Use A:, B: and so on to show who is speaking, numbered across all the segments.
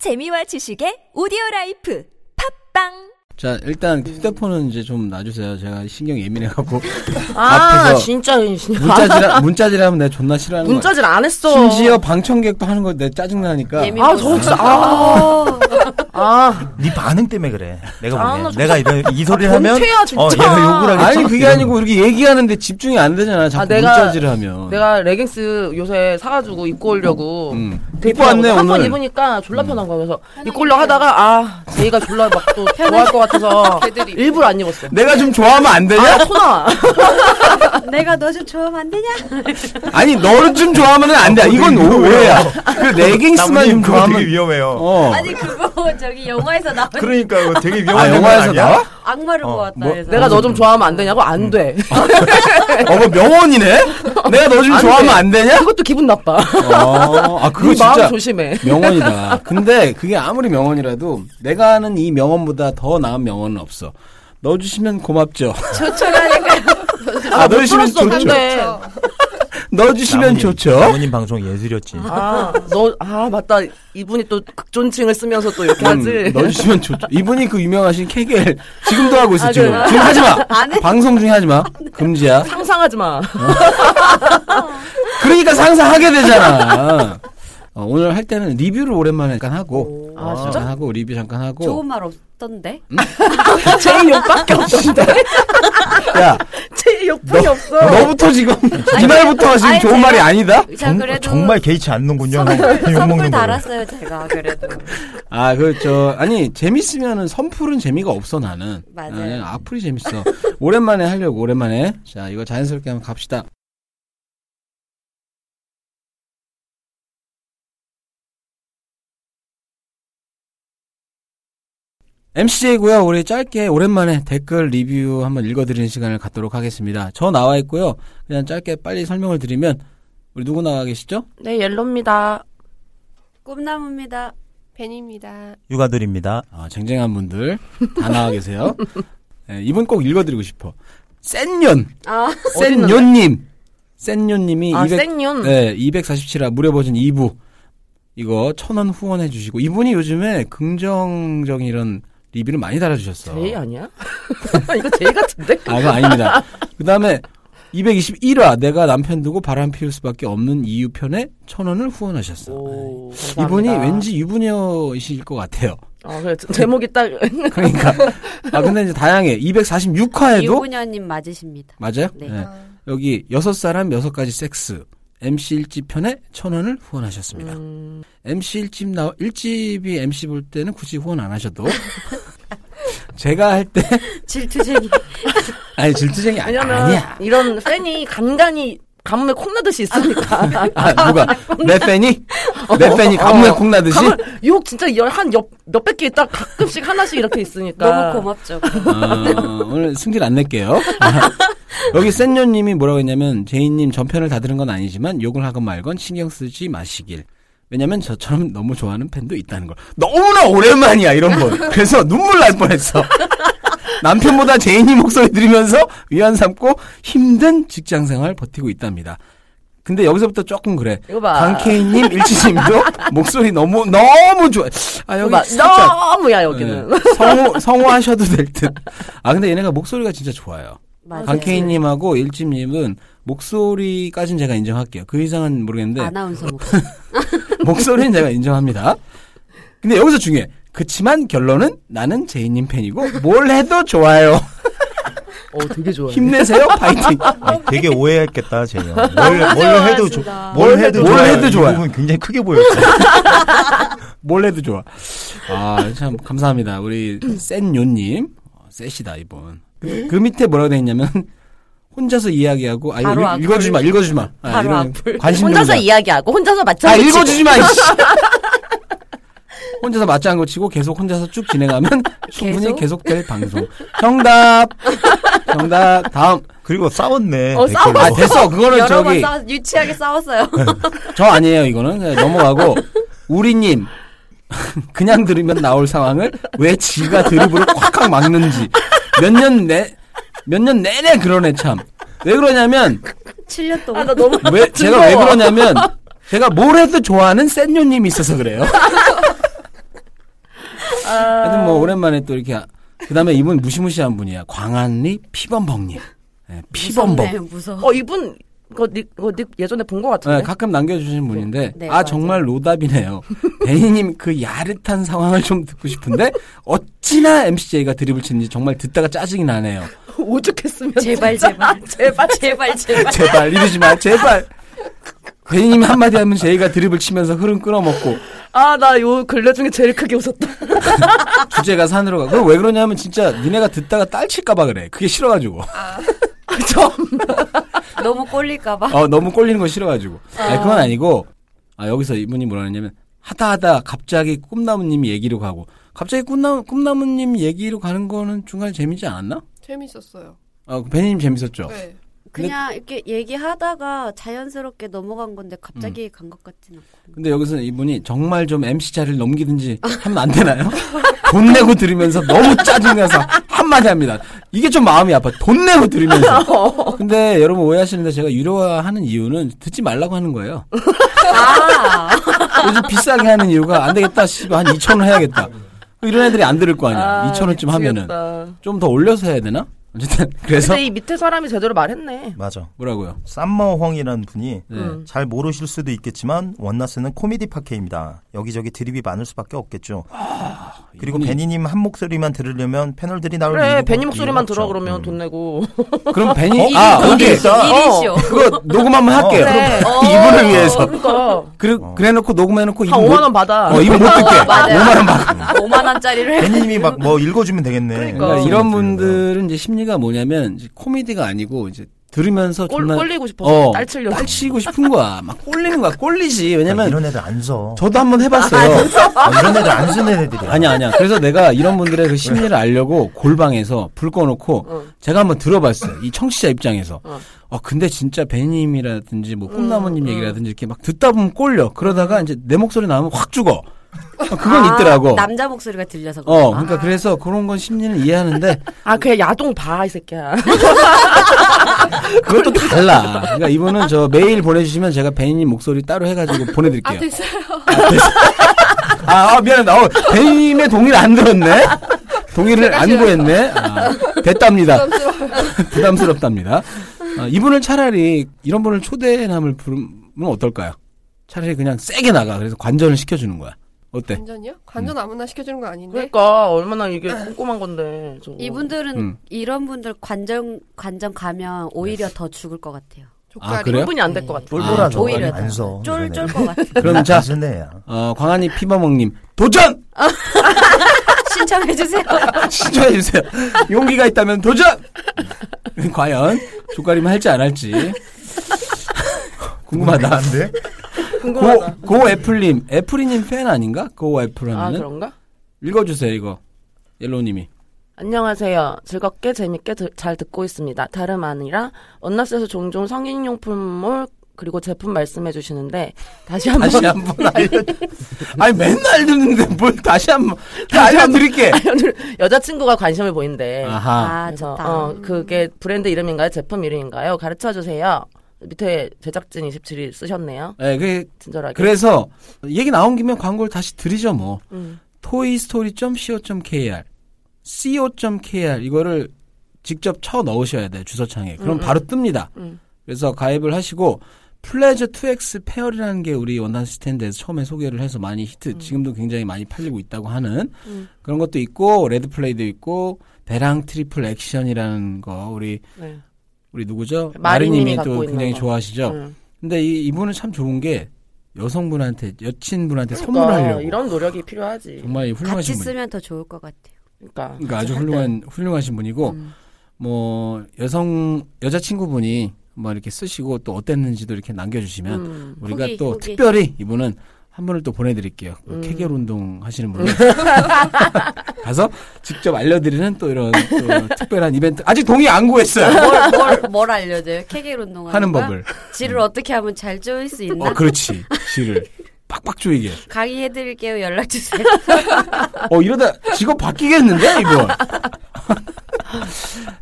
A: 재미와 지식의 오디오 라이프 팝빵
B: 자 일단 휴대폰은 이제 좀 놔주세요. 제가 신경 예민해갖고
C: 아
B: 앞에서
C: 진짜 문자질
B: 문자질 문자질 하면 내가 존나 싫어하는 거야.
C: 문자질 안 했어.
B: 심지어 방청객도 하는 거 내 짜증 나니까.
D: 예민-
C: 아저 혹시 아. 아,
E: 네 반응 때문에 그래. 내가
C: 아,
E: 보기엔.
C: 나 진짜-
E: 내가 이런 이 소리를 하면
C: 권태야, 진짜.
E: 어 얘가 욕을 하겠지.
B: 아니 그게 아니고 이렇게 얘기하는데 집중이 안 되잖아. 자꾸
C: 아, 내가-
B: 문자질을 하면.
C: 내가 레깅스 요새 사가지고 입고 오려고.
B: 음. 입고
C: 입고
B: 왔네
C: 한 번
B: 오늘.
C: 입으니까 졸라 편한 거야. 그래서 입고 오려 하다가 아 제이가 졸라 막 또 좋아할 것 같아서
D: 걔들이.
C: 일부러 안 입었어.
B: 내가 좀 좋아하면 안 되냐?
C: 아토 나와.
F: 내가 너 좀 좋아하면 안 되냐?
B: 아니 너를 좀 좋아하면 안 돼. 이건 오해야. 그 레깅스만
E: 나무님
B: 좀
E: 그거 되게
B: 좋아하면.
E: 위험해요.
B: 어.
D: 아니 그거 저기 영화에서 나온
E: 그러니까 그거 되게
B: 아
E: 위험한
B: 영화에서
E: 장면 아니야?
B: 나와?
D: 악마를
E: 어,
D: 보았다
B: 뭐-
D: 해서
C: 내가 너 좀 좋아하면 안 되냐고 안 돼.
B: 어, 뭐 명언이네? 내가 너 좀
C: 안
B: 좋아하면
C: 돼.
B: 안 되냐?
C: 그것도 기분 나빠.
B: 어, 아, 그거
C: 네
B: 진짜
C: 마음 조심해.
B: 명언이다. 근데 그게 아무리 명언이라도 내가 아는 이 명언보다 더 나은 명언은 없어. 넣어주시면 고맙죠. 좋죠라니까요. 아, 넣어주시면
C: 풀었어,
B: 좋죠.
C: 근데.
B: 넣어주시면
E: 나무님,
B: 좋죠.
E: 나무님 방송 예술이었지.
C: 아, 너, 아, 맞다. 이분이 또 극존칭을 쓰면서 또 이렇게 하지.
B: 음, 넣어주시면 좋죠. 이분이 그 유명하신 케겔 지금도 하고 있어
C: 아,
B: 지금.
C: 그래요?
B: 지금 하지 마. 방송 중에 하지 마. 금지야.
C: 상상하지 마.
B: 그러니까 상상하게 되잖아. 어, 오늘 할 때는 리뷰를 오랜만에 잠깐 하고
C: 아, 진짜?
B: 잠깐 하고 리뷰 잠깐 하고
F: 좋은 말 없던데?
B: 음?
C: 제이 욕밖에 없는데?
B: 야
C: 제이 욕뿐이 없어.
B: 너부터 지금 이날부터 지금
F: 아니,
B: 좋은
F: 제가-
B: 말이 아니다.
F: 자,
E: 정,
F: 그래도
E: 정말 개의치 않는군요. 욕
F: 선물
E: 먹는 거.
F: 달았어요, 제가. 그래도.
B: 아, 그, 저, 아니, 재밌으면은 선풀은 재미가 없어, 나는.
F: 맞아요.
B: 나는 악플이 재밌어. 오랜만에 하려고, 오랜만에. 자, 이거 자연스럽게 한번 갑시다. MCJ고요. 우리 짧게 오랜만에 댓글 리뷰 한번 읽어드리는 시간을 갖도록 하겠습니다. 저 나와 있고요. 그냥 짧게 빨리 설명을 드리면 우리 누구 나와 계시죠?
C: 네, 옐로입니다.
F: 꿈나무입니다.
D: 벤입니다.
E: 육아들입니다.
B: 아, 쟁쟁한 분들 다 나와 계세요. 네, 이분 꼭 읽어드리고 싶어. 센년,
F: 아,
B: 센년님, 센년님이
C: 아,
B: 200,
C: 생윤.
B: 네, 247화 무료 버전 2부 이거 천 원 후원해 주시고 이분이 요즘에 긍정적인 이런 리뷰를 많이 달아주셨어.
C: 제이 네, 아니야? 이거 제이 같은데?
B: 아, 그거 아닙니다. 그 다음에 221화 내가 남편 두고 바람 피울 수밖에 없는 이유 편에 천 원을 후원하셨어. 네.
C: 오, 감사합니다.
B: 이분이 왠지 유부녀이실 것 같아요.
C: 어, 그래, 제- 제목이 딱.
B: 그러니까 아 근데 이제 다양해. 246화에도
F: 유부녀님 맞으십니다.
B: 맞아요?
F: 네.
B: 여기 여섯 사람 여섯 가지 섹스 MC 일집 편에 천 원을 후원하셨습니다.
C: 음.
B: MC 일집 나, 일집이 MC 볼 때는 굳이 후원 안 하셔도 제가 할 때
F: 질투쟁이.
B: 아니 질투쟁이 아니,
C: 왜냐면,
B: 아니야.
C: 이런 팬이 간간이 가뭄에 콩나듯이 있으니까.
B: 아, 누가 내 팬이 내 팬이 가문에
C: 어,
B: 콩나듯이
C: 가물, 욕 진짜 열, 한 옆, 몇백 개 딱 가끔씩 하나씩 이렇게 있으니까.
F: 너무 고맙죠.
B: 어, 오늘 승질 안 낼게요. 여기 센녀님이 뭐라고 했냐면 제이님 전편을 다 들은 건 아니지만 욕을 하건 말건 신경 쓰지 마시길. 왜냐면 저처럼 너무 좋아하는 팬도 있다는 걸. 너무나 오랜만이야 이런 거. 그래서 눈물 날 뻔했어. 남편보다 제이님 목소리 들으면서 위안 삼고 힘든 직장 생활 버티고 있답니다. 근데 여기서부터 조금 그래.
C: 이거 봐.
B: 강케이님, 일치님도 목소리 너무 너무 좋아. 아 여기
C: 막
B: 살짝
C: 너무야, 여기는.
B: 네. 성우 성우 하셔도 될 듯. 아 근데 얘네가 목소리가 진짜 좋아요.
F: 맞아요.
B: 강케이님하고 일집님은 목소리까진 제가 인정할게요. 그 이상은 모르겠는데
F: 아나운서 목소리.
B: 목소리는 제가 인정합니다. 근데 여기서 중요해. 그치만 결론은 나는 제이님 팬이고 뭘 해도 좋아요.
C: 어, 되게 좋아요.
B: 힘내세요, 파이팅.
E: 아니, 되게 오해했겠다, 제이 형. 뭘, 뭘 해도, 조-
F: 좋습니다.
E: 뭘 해도
B: 뭘
E: 좋아요.
B: 해도 좋아요.
E: 이 부분 굉장히 크게 보였어.
B: 뭘 해도 좋아. 아 참 감사합니다. 우리 센요님 어, 세시다 이분. 그, 그 밑에 뭐라고 돼 있냐면. 혼자서 이야기하고 아 이거
F: 바로
B: 읽- 읽어주지 마 읽어주지 마 아,
F: 바로
B: 이런
F: 악플.
B: 관심
C: 혼자서
B: 혼자서
C: 이야기하고, 혼자서 맞춰.
B: 아 읽어주지 마. 이씨. 혼자서 맞장구 치고 계속 혼자서 쭉 진행하면 충분히
F: 계속?
B: 계속될 방송. 정답. 정답. 다음.
E: 그리고 싸웠네.
C: 어,
E: 댓글로.
B: 아 됐어. 그거는
F: 여러 번
B: 저기
C: 예.
F: 싸, 유치하게 싸웠어요.
B: 저 아니에요. 이거는 그냥 넘어가고 우리님 그냥 들으면 나올 상황을 왜 지가 드립으로 콱콱 막는지 몇 년 내 몇 년 내내 그러네 참. 왜 그러냐면
F: 7년
C: 아,
F: 동안.
C: 나 너무.
B: 왜 제가 왜
C: 즐거워.
B: 그러냐면 제가 뭘 해도 좋아하는 센요님이 있어서 그래요.
F: 아.
B: 하여튼 뭐 오랜만에 또 이렇게 그 다음에 이분 무시무시한 분이야. 광안리 피범벅님. 예, 피범벅.
F: 무섭네요, 무서워.
C: 어 이분 그거 닉, 그거 닉 예전에 본 것 같은데.
B: 네, 가끔 남겨주신 분인데
F: 네,
B: 아
F: 맞아요.
B: 정말 로답이네요. 베니님 그 야릇한 상황을 좀 듣고 싶은데 어찌나 MCJ가 드립을 치는지 정말 듣다가 짜증이 나네요.
C: 오죽했으면
F: 제발,
C: 진짜.
F: 제발.
C: 제발 제발 제발.
B: 제발 이러지 마 제발. 베니님 한마디 하면 제이가 드립을 치면서 흐름 끊어먹고
C: 아나 요 근래 중에 제일 크게 웃었다.
B: 주제가 산으로 가. 그걸 왜 그러냐면 진짜 니네가 듣다가 딸칠까봐 그래. 그게 싫어가지고.
C: 좀
F: 너무 꼴릴까봐.
B: 어, 너무 꼴리는 거 싫어가지고. 아니, 그건 아니고, 아, 여기서 이분이 뭐라 했냐면, 하다 하다 갑자기 꿈나무님 얘기로 가고, 갑자기 꿈나무, 꿈나무님 얘기로 가는 거는 중간에 재미지 않았나?
D: 재밌었어요.
B: 어, 베니님 재밌었죠?
D: 네.
F: 그냥 이렇게 얘기하다가 자연스럽게 넘어간 건데 갑자기 간 것 같진 않고.
B: 근데 여기서 이분이 정말 좀 MC 자리를 넘기든지 하면 안 되나요? 돈 내고 들으면서 너무 짜증나서 한마디 합니다. 이게 좀 마음이 아파. 돈 내고 들으면서. 근데 여러분 오해하시는데 제가 유료화하는 이유는 듣지 말라고 하는 거예요.
C: 아.
B: 요즘 비싸게 하는 이유가 안 되겠다. 씨발 한 2천 원 해야겠다. 그 이런 애들이 안 들을 거 아니야. 2천 원쯤 하면은
C: 미치겠다.
B: 좀 더 올려서 해야 되나? 어쨌든 그래서
C: 근데 이 밑에 사람이 제대로 말했네.
E: 맞아.
B: 뭐라고요?
E: 쌈마황이라는 분이
B: 네.
C: 음.
E: 잘 모르실 수도 있겠지만 원나스는 코미디 팟캐입니다. 여기저기 드립이 많을 수밖에 없겠죠. 그리고
B: 이분이-
E: 베니님 한 목소리만 들으려면 패널들이 나올
C: 아, 그래
E: 이유가-
C: 베니 목소리만
E: 이유가
C: 들어
E: 없죠.
C: 그러면
E: 음.
C: 돈 내고.
B: 그럼 베니
E: 어?
B: 아
E: 이분이
B: 오케이
E: 있어.
C: 일이시오.
B: 그거 녹음 한번 할게요.
C: 어, 그래. 어.
B: 이분을 위해서.
C: 그러니까
B: 그래,
E: 어.
B: 그래놓고 녹음해놓고
C: 한
B: 못-
C: 5만 원 받아.
B: 어, 이거 못 듣게. 5만 원 받고.
F: 5만 원짜리를
E: 베니님이 막 뭐 읽어주면 되겠네.
C: 그러니까.
B: 그러니까 이런 분들은 이제 심리가 뭐냐면 이제 코미디가 아니고 이제 들으면서
C: 꼴,
B: 정말
C: 꼴리고 싶어서 딸 치려고.
B: 고 싶은 거야. 막 꼴리는 거야. 꼴리지.
E: 아,
B: 왜냐면
E: 이런 애들 안 써.
B: 저도 한번 해봤어요.
E: 아, 이런 애들 안 쓰는 애들이야.
B: 아니야 아니야. 그래서 내가 이런 분들의 그 심리를 알려고 골방에서 불 꺼놓고
C: 어.
B: 제가 한번 들어봤어요. 이 청취자 입장에서. 어, 근데 진짜 배님이라든지 뭐
C: 음,
B: 꿈나무님 얘기라든지 이렇게 막 듣다 보면 꼴려. 그러다가 이제 내 목소리 나오면 확 죽어. 어, 그건
C: 아,
B: 있더라고.
F: 아, 남자 목소리가 들려서
B: 어,
F: 그런가?
B: 그러니까 그래서 그런 건 심리는 이해하는데
C: 아 그냥 야동 봐 이 새끼야.
B: 그것도 달라. 그러니까 이분은 저 메일 보내주시면 제가 베니님 목소리 따로 해가지고 보내드릴게요.
C: 예.
D: 아 됐어요.
B: 아, 아, 미안하다. 어, 베니님의 동의를 안 들었네? 동의를 안 구했네? 아, 됐답니다.
C: 네.
B: 부담스럽답니다. 아, 이분을 차라리 이런 분을 초대남을 부르면 어떨까요? 차라리 그냥 세게 나가. 그래서 관전을 시켜주는 거야. 어때?
D: 관전이요? 관전 아무나 시켜주는 거 아닌데.
C: 그러니까 얼마나 이게 꼼꼼한 건데. 저거.
F: 이분들은
B: 음.
F: 이런 분들 관정 관정 가면 오히려 더 죽을 것 같아요.
D: 족가리.
B: 아, 그래요?
C: 이분이 안 될 것 같아.
E: 똘똘하죠.
F: 오히려
E: 안 써.
F: 쫄쫄 것 같아.
B: 그럼 자,
E: 안 쓰는 애야.
B: 어, 광안이 피버먹님, 도전!
F: 신청해 주세요.
B: 신청해주세요. 용기가 있다면 도전! 과연, 조가리만 할지 안 할지. 궁금하다.
E: 안 돼?
B: 고, 고 애플님, 애플이님 팬 아닌가? 고
C: 아
B: 애플하면은.
C: 그런가?
B: 읽어주세요 이거 옐로우님이
C: 안녕하세요. 즐겁게 재밌게 들- 잘 듣고 있습니다. 다름 아니라 원나스에서 종종 성인용품몰 그리고 제품 말씀해 주시는데 다시 한번
B: 다시 한번 알려 아니 맨날 듣는데 뭘 다시 한번 다
C: 다시 한번.
B: 알려드릴게
C: 오늘 여자친구가 관심을 보인대.
B: 아하
F: 아
C: 그래서
F: 좋다.
C: 어 그게 브랜드 이름인가요? 제품 이름인가요? 가르쳐 주세요. 밑에 제작진 27이 쓰셨네요.
B: 예, 그,
C: 친절하게.
B: 그래서 얘기 나온 김에 광고를 다시 드리죠 뭐
C: 음.
B: toystory.co.kr co.kr 이거를 직접 쳐 넣으셔야 돼요 주소창에 그럼 바로 뜹니다
C: 음.
B: 그래서 가입을 하시고 플레저 2X 페어리라는 게 우리 원단 스탠드에서 처음에 소개를 해서 많이 히트
C: 음.
B: 지금도 굉장히 많이 팔리고 있다고 하는 그런 것도 있고 레드 플레이도 있고 배랑 트리플 액션이라는 거 우리
C: 네.
B: 우리 누구죠
C: 마리님이
B: 마리님이 또
C: 갖고 있는
B: 굉장히
C: 거.
B: 좋아하시죠
C: 음.
B: 근데 이, 이분은 참 좋은 게 여성분한테 여친분한테
C: 그러니까
B: 선물하려고
C: 이런 노력이 필요하지.
B: 정말 훌륭하신
F: 같이
B: 분.
F: 쓰면 더 좋을 것 같아요.
C: 그러니까,
B: 그러니까 아주
C: 할 때.
B: 훌륭한 훌륭하신 분이고
F: 음.
B: 뭐 여성 여자 친구분이 뭐 이렇게 쓰시고 또 어땠는지도 이렇게 남겨주시면
C: 음.
B: 우리가
F: 후기,
B: 또
F: 후기. 음.
B: 특별히 이분은 한 분을 또 보내드릴게요. 그 케겔 운동 하시는 분 가서 직접 알려드리는 또 이런 또 특별한 이벤트 아직 동의 안 구했어요.
F: 뭘, 뭘, 뭘 알려줘요? 케겔 운동하는
B: 하는
F: 거야?
B: 법을. 음.
F: 지를 어떻게 하면 잘 조일 수 있나?
B: 어 그렇지 지를 빡빡 조이게.
F: 강의해드릴게요. 연락 주세요.
B: 어 이러다 직업 바뀌겠는데 이거.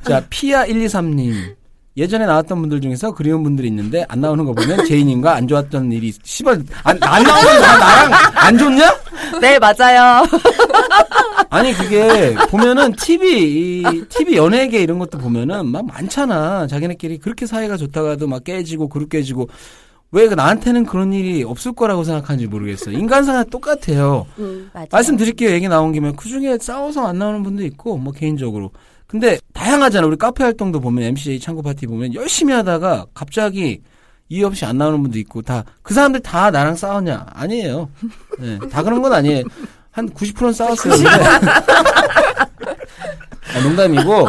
B: 자 피아 123님 예전에 나왔던 분들 중에서 그리운 분들이 있는데 안 나오는 거 보면 제이님과 안 좋았던 일이 씨발 안, 안 나오는 나 나랑 안 좋냐?
C: 네, 맞아요.
B: 아니 그게 보면은 TV 이 TV 연예계 이런 것도 보면은 막 많잖아. 자기네끼리 그렇게 사이가 좋다가도 막 깨지고 그룹 깨지고 왜 나한테는 그런 일이 없을 거라고 생각하는지 모르겠어. 인간사랑 똑같아요.
F: 맞아요.
B: 말씀드릴게요. 얘기 나온 김에 그 중에 싸워서 안 나오는 분도 있고 뭐 개인적으로. 근데 다양하잖아. 우리 카페 활동도 보면 MCJ 창고 파티 보면 열심히 하다가 갑자기 이유 없이 안 나오는 분도 있고 다 그 사람들 다 나랑 싸우냐? 아니에요. 예, 다 그런 건 아니에요. 한 90%는 싸웠어요. 근데. 아, 농담이고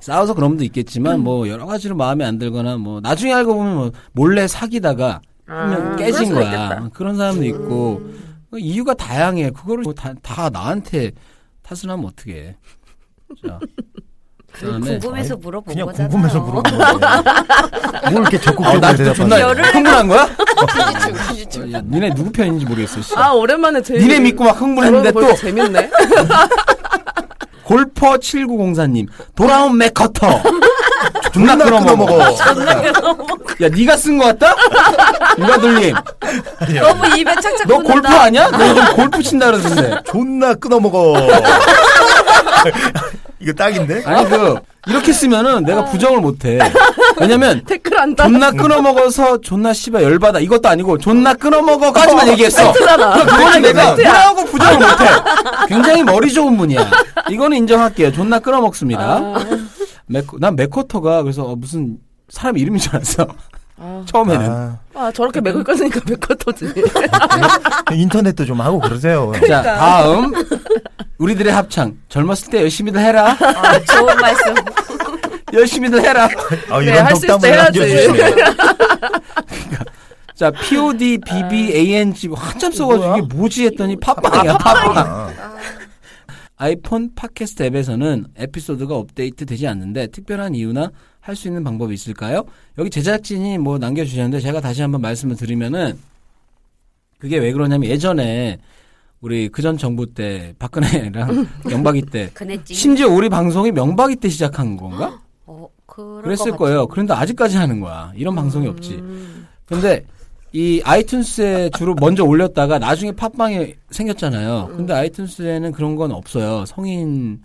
B: 싸워서 그런 분도 있겠지만 뭐 여러 가지로 마음에 안 들거나 뭐 나중에 알고 보면 뭐 몰래 사귀다가 그냥 깨진 거야. 그런 사람도 있고 그 이유가 다양해. 그거를 뭐 다, 다 나한테 탓을 하면 어떻게? 자, 그다음에
F: 궁금해서 물어본
E: 그냥
F: 거잖아요.
E: 궁금해서 물어본 거예요. 뭘 이렇게
B: 아,
E: 적극적으로
B: 나 진짜 존나
E: 대답하냐.
B: 흥분한 거야?
D: 지지층, 지지층.
B: 야, 니네 누구 편인지 모르겠어. 씨.
C: 아, 오랜만에 제일.
B: 니네 믿고 막 흥분했는데 또
C: 벌써 재밌네.
B: 골퍼 7904님 돌아온 맥커터 존나
E: 존나
B: 끌어 먹어.
E: 끊어먹어.
B: 야 니가 쓴 거 같다? 유가돌님
F: 너무 입에 착착
B: 너
F: 붙는다.
B: 골프 아니야? 너 요즘 골프 친다 그러던데.
E: 존나 끊어먹어. 이거 딱인데?
B: 아니 그 이렇게 쓰면은 내가 부정을 못해. 왜냐면
C: 댓글 안다.
B: 존나 끊어 먹어서 존나 씨발 열받아 이것도 아니고 존나 끊어 먹어까지만 얘기했어. 그러니까 그거는 내가 뭐라고 부정을 못해. 굉장히 머리 좋은 분이야. 이거는 인정할게요. 존나 끊어 먹습니다. 메코, 난 메코터가 그래서 어, 무슨 사람 이름인 줄 알았어.
C: 아.
B: 처음에는.
E: 아,
C: 아, 저렇게 맥을 꺼으니까 맥 꺼터지.
E: 아, 인터넷도 좀 하고 그러세요.
B: 자 다음 우리들의 합창 젊었을 때 열심히들 해라.
F: 아, 좋은 말씀.
B: 열심히들 해라.
E: 아,
C: 네,
E: 이런
C: 할수 있을 때
E: 덕담을
C: 해야지.
E: 남겨주시네.
B: 자, POD, BBANG, 뭐 한참 써가지고 이게 뭐지 했더니 팟빵이야, 팟빵.
D: 아,
B: 아이폰 팟캐스트 앱에서는 에피소드가 업데이트 되지 않는데 특별한 이유나 할 수 있는 방법이 있을까요? 여기 제작진이 뭐 남겨주셨는데 제가 다시 한번 말씀을 드리면은 그게 왜 그러냐면 예전에 우리 그전 정부 때 박근혜랑 명박이 때
F: 그네지.
B: 심지어 우리 방송이 명박이 때 시작한 건가?
F: 어, 그럴
B: 그랬을
F: 것
B: 거예요. 그런데 아직까지 하는 거야. 이런 방송이 없지. 근데 이 아이튠스에 주로 먼저 올렸다가 나중에 팟빵이 생겼잖아요. 근데 아이튠스에는 그런 건 없어요. 성인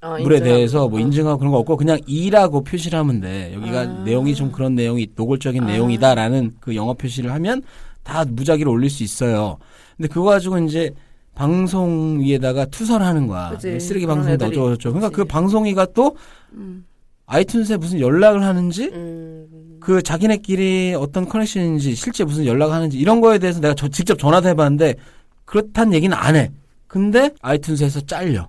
C: 아,
B: 물에
C: 인정.
B: 대해서 뭐 인증하고 그런 거 없고 그냥 이라고 표시를 하면 돼. 여기가
C: 아.
B: 내용이 좀 그런 내용이 노골적인 내용이다라는 그 영어 표시를 하면 다 무작위로 올릴 수 있어요. 근데 그거 가지고 이제 방송 위에다가 투서를 하는 거야.
C: 그치.
B: 쓰레기
C: 그런
B: 방송이다
C: 애들이
B: 어쩌고 저쩌고. 그러니까
C: 있지. 음.
B: 그 방송이가 또 아이튠스에 무슨 연락을 하는지
F: 음,
B: 그 자기네끼리 어떤 커넥션인지 실제 무슨 연락하는지 이런 거에 대해서 내가 저- 직접 전화도 해봤는데 그렇단 얘기는 안 해. 근데 아이튠즈에서 잘려.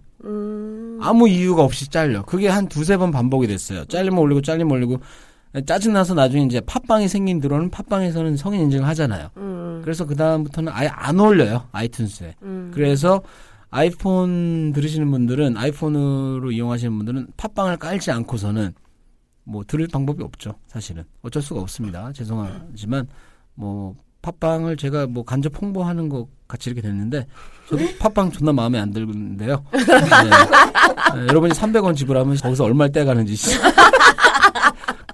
B: 아무 이유가 없이 잘려. 그게 한 두세 번 반복이 됐어요. 잘리면 올리고 잘리면 올리고 짜증나서 나중에 이제 팟빵이 생긴 뒤로는 팟빵에서는 성인 인증을 하잖아요. 그래서 그다음부터는 아예 안 올려요. 아이튠즈에. 그래서 아이폰 들으시는 분들은 아이폰으로 이용하시는 분들은 팟빵을 깔지 않고서는 뭐 들을 방법이 없죠. 사실은 어쩔 수가 없습니다. 죄송하지만 뭐 팟빵을 제가 뭐 간접 홍보하는 것 같이 이렇게 됐는데 저도 팟빵 존나 마음에 안 들는데요. 네. 네, 여러분이 300원 지불하면 거기서 얼마를 떼가는지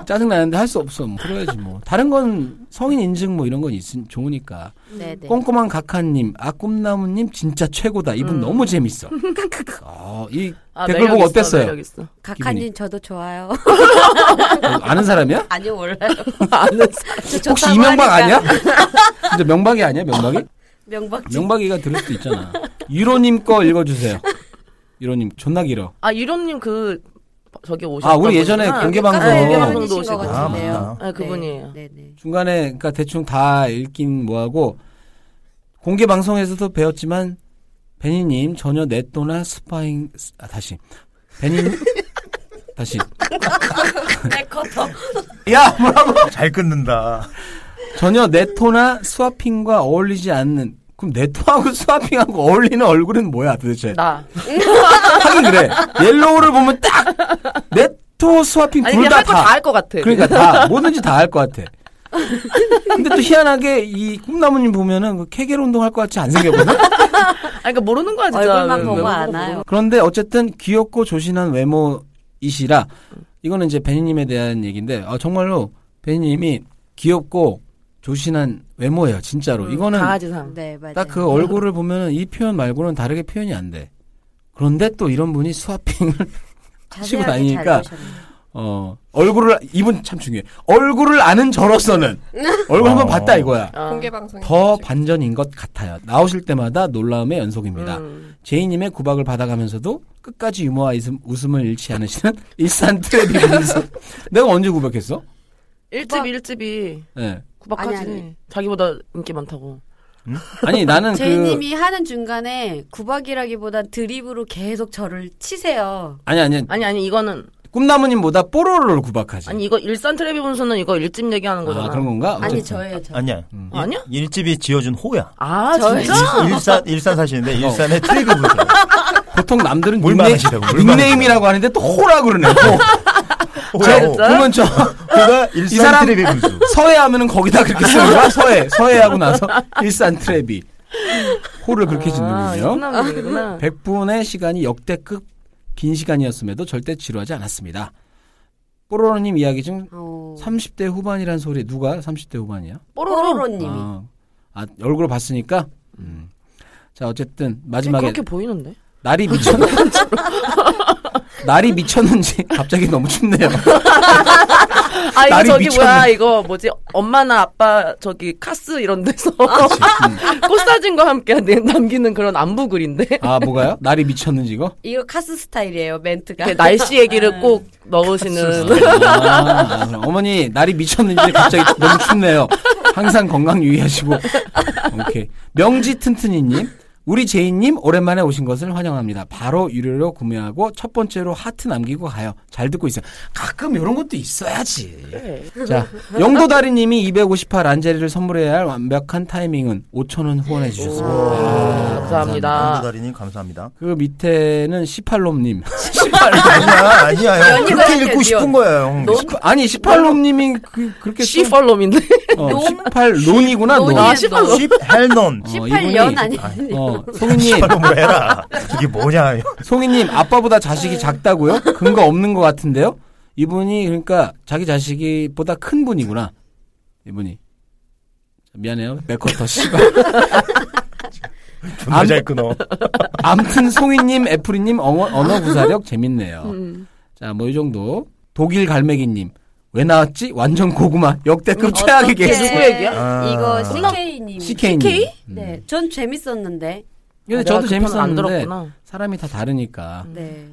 B: 짜증 나는데 할 수 없어. 뭐 그래야지 뭐 다른 건 성인 인증 뭐 이런 건 있으 좋으니까
F: 네네.
B: 꼼꼼한 각하님, 아꿈나무님 진짜 최고다. 이분 너무 재밌어. 어, 이
C: 음. 아,
B: 댓글
C: 매력
B: 보고
C: 있어,
B: 어땠어요?
C: 매력 있어.
F: 각하님 저도 좋아요.
B: 어, 아는 사람이야?
F: 아니요 몰라요.
C: 아는
F: 저 좋다고
B: 혹시
F: 하니까.
B: 이명박 아니야? 근데 명박이 아니야? 명박이?
F: 명박지.
B: 명박이가 들을 수도 있잖아. 유로님 거 읽어주세요. 유로님 존나 길어.
C: 아, 유령님 그, 저기 오셨
B: 아 우리 예전에 공개
C: 네, 공개
B: 방송
C: 방송.
F: 공개방송도
C: 오시고.
F: 네, 오시고
E: 아, 맞다.
C: 네, 그분이에요.
F: 네네.
B: 중간에 그러니까 대충 다 읽긴 뭐하고 공개 방송에서도 배웠지만 베니님 전혀 내또나 스파잉 아 다시 베니님 다시
F: 네, 백커터.
B: 야 뭐라고
E: 잘 끊는다.
B: 전혀 네토나 스와핑과 어울리지 않는 그럼 네토하고 스와핑하고 어울리는 얼굴은 뭐야 도대체
C: 나.
B: 하긴 그래 옐로우를 보면 딱 네토 스와핑
C: 아니,
B: 둘
C: 그냥
B: 다
C: 할거 다
B: 다
C: 할 것 같아.
B: 그러니까 다 뭐든지 다 할 것 같아 근데 또 희한하게 이 꿈나무님 보면은 그 케겔 운동할 것 같이 안 생겨거든
C: 아니, 그러니까 모르는 거야, 진짜.
F: 얼굴만
C: 왜
F: 보고
C: 모르는
F: 안
C: 거야.
F: 와요.
B: 그런데 어쨌든 귀엽고 조신한 외모이시라 이거는 이제 베니님에 대한 얘기인데 아, 정말로 베니님이 귀엽고 조신한 외모예요, 진짜로. 이거는
C: 강아지상.
F: 네, 음, 맞아요.
B: 딱 그 얼굴을 보면은 이 표현 말고는 다르게 표현이 안 돼. 그런데 또 이런 분이 스와핑을 치고
F: 자세하게
B: 다니니까
F: 잘 보셨네요.
B: 어 얼굴을 이분 참 중요해. 얼굴을 아는 저로서는 얼굴 한번
E: 어.
B: 봤다 이거야.
C: 어.
D: 공개 방송.
B: 더 반전인 것 같아요. 나오실 때마다 놀라움의 연속입니다.
C: 음.
B: 제이님의 구박을 받아가면서도 끝까지 유머와 웃음, 웃음을 잃지 않으시는 일산 트레비 분석. 내가 언제 구박했어?
C: 일집 일집이
B: 예.
C: 구박하지.
F: 아니, 아니.
C: 자기보다 인기 많다고.
B: 아니 나는 그
F: 제이님이 하는 중간에 구박이라기보단 드립으로 계속 저를 치세요.
B: 아니 아니
C: 아니 아니 이거는
B: 꿈나무님보다 뽀로로를 구박하지.
C: 아니 이거 일산 트레비 분수는 이거 일집 얘기하는 거잖아.
B: 아 그런 건가?
F: 아니
B: 어쨌든.
F: 저예요, 저.
E: 아니야. 일-
C: 아니야?
E: 일집이 지어준 호야.
C: 아,
F: 저요?
C: 진짜?
E: 일산 일산 사시는데
B: 어.
E: 일산에 트리그 부르죠.
B: 보통 남들은
E: 물
B: 닉네임,
E: 많으시다고, 물
B: 닉네임이라고 하는데 또 호라고 그러네. 호.
E: 호야.
B: 저
E: 호.
B: 보면 저
E: 그가
B: 이
E: 일산
B: 사람
E: 트리비 분수.
B: 서해하면은 거기다 그렇게 쓰는 거야? 서해. 서해하고 나서 일산 트레비. 호를 그렇게
C: 아,
B: 짓는군요.
C: 이구나, 이구나.
B: 100분의 시간이 역대급 긴 시간이었음에도 절대 지루하지 않았습니다. 뽀로로님 이야기 중
F: 어.
B: 30대 후반이란 소리 누가 30대 후반이야?
C: 뽀로로.
F: 뽀로로님이
B: 아, 아 얼굴을 봤으니까. 음. 자 어쨌든 마지막에
C: 그렇게 보이는데?
B: 날이 미쳤는지 날이 미쳤는지 갑자기 너무 춥네요.
C: 아 이거
B: 날이
C: 저기
B: 미쳤네.
C: 뭐야 이거 뭐지 엄마나 아빠 저기 카스 이런 데서
F: 아,
C: 꽃 사진과 함께 남기는 그런 안부 글인데
B: 아 뭐가요? 날이 미쳤는지 이거?
F: 이거 카스 스타일이에요 멘트가.
C: 그
B: 네,
C: 날씨
F: 아.
C: 얘기를 꼭 넣으시는
B: 아, 그럼 어머니 날이 미쳤는지 갑자기 너무 춥네요. 항상 건강 유의하시고. 오케이. 명지 튼튼이님, 우리 제이님 오랜만에 오신 것을 환영합니다. 바로 유료로 구매하고 첫 번째로 하트 남기고 가요. 잘 듣고 있어요. 가끔 이런 것도 있어야지. 자, 영도다리님이 250화 란제리를 선물해야 할 완벽한 타이밍은 5천원 후원해 주셨습니다. 아,
C: 감사합니다.
E: 한두다리님 감사합니다.
B: 그 밑에는 18롬님.
E: 아니야 아니야 형
F: 연이
E: 그렇게
F: 너한테
E: 읽고 싶은
F: 미워.
E: 거야 형.
B: 아니 18롬님이 그, 그렇게
C: 시
B: 써-
C: 팔롬인데
B: 어, 18론이구나 논.
F: 논이에요,
B: 어,
F: 논.
E: 십 헬넌
F: 18년 아니 아니.
B: 어, 송이님,
E: 헬넌으로 해라. 이게 뭐냐 형.
B: 송이님 아빠보다 자식이 작다고요? 근거 없는 것 같은데요? 이분이 그러니까 자기 자식이보다 큰 분이구나. 이분이 미안해요, 맥커터 씨가.
E: 존나
B: 안-
E: 잘 끊어.
B: 암튼 송이님, 애플이님 언어, 언어 구사력 재밌네요. 자, 뭐 이 정도. 독일 갈매기님 왜 나왔지? 완전 고구마 역대급 최악의
F: 어떡해.
B: 개수.
C: 누구 얘기야?
E: 아.
F: 이거 CK님.
B: CK님.
F: 네, 전 재밌었는데.
B: 근데
C: 아, 내가
B: 저도
C: 그 편은 안
B: 재밌었는데
C: 들었구나.
B: 사람이 다 다르니까.
F: 네.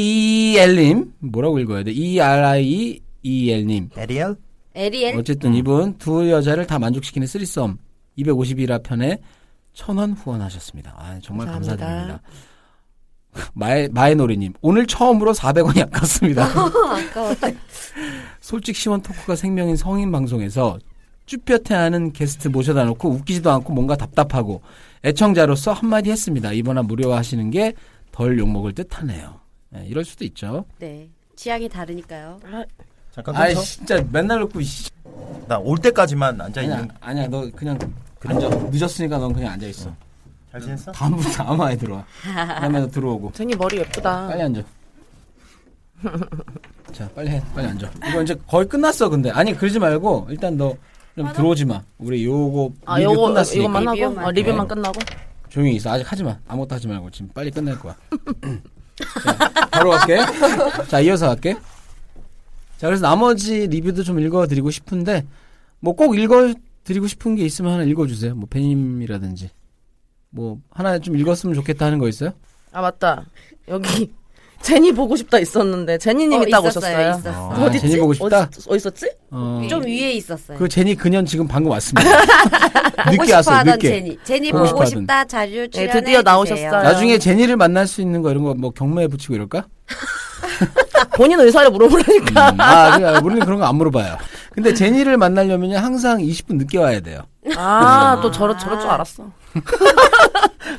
B: 에리엘님 뭐라고 읽어야 돼? E R I E L님.
E: 에리엘?
C: 음.
F: 에리엘
B: 어쨌든 이분 두 여자를 다 만족시키는 쓰리썸 251화 편에 천원 후원하셨습니다. 아, 정말
C: 감사합니다.
B: 감사드립니다. 마에 마에노리님 오늘 처음으로 400원이 아깝습니다.
F: 아까웠다.
B: 솔직 시원 토크가 생명인 성인 방송에서 쭈뼛해하는 게스트 모셔다 놓고 웃기지도 않고 뭔가 답답하고 애청자로서 한마디 했습니다. 이번화 무료화하시는 게 덜 욕먹을 듯하네요. 예, 이럴 수도 있죠.
F: 네. 취향이 다르니까요.
B: 음.
E: 잠깐
B: 아이
E: 끊어.
B: 진짜 맨날 웃고 씨.
E: 나 올 때까지만 앉아
B: 아니야
E: 있는.
B: 아니야 너 그냥 앉아 늦었으니까 넌 그냥 앉아 있어.
E: 잘 지냈어?
B: 다음부터 다음 화에 들어와. 그다음에 너 들어오고
C: 쟁이 머리 예쁘다.
B: 빨리 앉아. 자 빨리 해 빨리 앉아. 이거 이제 거의 끝났어 근데 아니 그러지 말고 일단 너 좀 들어오지 마. 우리 요거
C: 아
B: 리뷰
C: 요거
B: 끝났으니까
C: 이거만 하고
F: 리뷰만.
C: 어, 리뷰만
B: 네.
C: 끝나고
B: 조용히 있어 아직 하지 마 아무것도 하지 말고 지금 빨리 끝낼 거야. 자, 바로 갈게. 자 이어서 갈게. 자 그래서 나머지 리뷰도 좀 읽어드리고 싶은데 뭐 꼭 읽어드리고 싶은 게 있으면 하나 읽어주세요. 뭐 배님이라든지 뭐 하나 좀 읽었으면 좋겠다 하는 거 있어요?
C: 아 맞다 여기 제니 보고 싶다 있었는데 제니님이 딱 오셨어요.
F: 있었어.
B: 아, 제니 보고 싶다.
C: 어디, 어디 있었지?
B: 어,
F: 좀 위에 있었어요.
B: 그 제니 그년 지금 방금
F: 네.
B: 왔습니다.
F: 보고
B: 늦게
F: 싶어
B: 왔어요.
F: 하던
B: 늦게.
F: 제니. 제니
B: 보고
F: 보고,
B: 싶어 하던.
F: 싶다 자료
C: 네,
F: 출연해
C: 드디어
F: 주세요.
C: 나오셨어요.
B: 나중에 제니를 만날 수 있는 거 이런 거 뭐 경매에 붙이고 이럴까?
C: 본인 의사를 물어보라니까.
B: 음, 아, 그래, 우리는 그런 거 안 물어봐요. 근데 제니를 만나려면 항상 20분 늦게 와야 돼요.
C: 아 또 저럴 저럴 줄 알았어.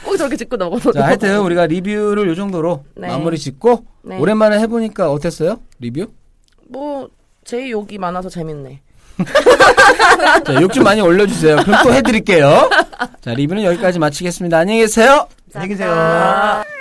C: 꼭 저렇게 짓고 나오고.
B: 자, 하여튼 우리가 리뷰를 요 정도로
C: 네.
B: 마무리 짓고
C: 네.
B: 오랜만에 해보니까 어땠어요? 리뷰?
C: 뭐, 제 욕이 많아서 재밌네.
B: 자, 욕 좀 많이 올려주세요. 그럼 또 해드릴게요. 자, 리뷰는 여기까지 마치겠습니다. 안녕히 계세요.
E: 안녕히 계세요.